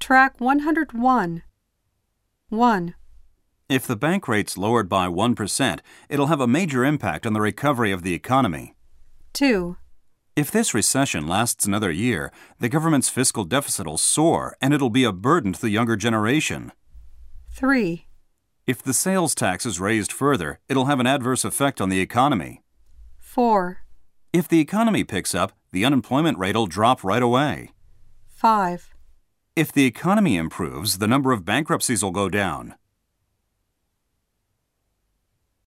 Track 101. 1, If the bank rate's lowered by 1%, it'll have a major impact on the recovery of the economy. 2, If this recession lasts another year, the government's fiscal deficit will soar and it'll be a burden to the younger generation. 3, If the sales tax is raised further, it'll have an adverse effect on the economy. 4, If the economy picks up, the unemployment rate'll drop right away. 5. If the economy improves, the number of bankruptcies will go down.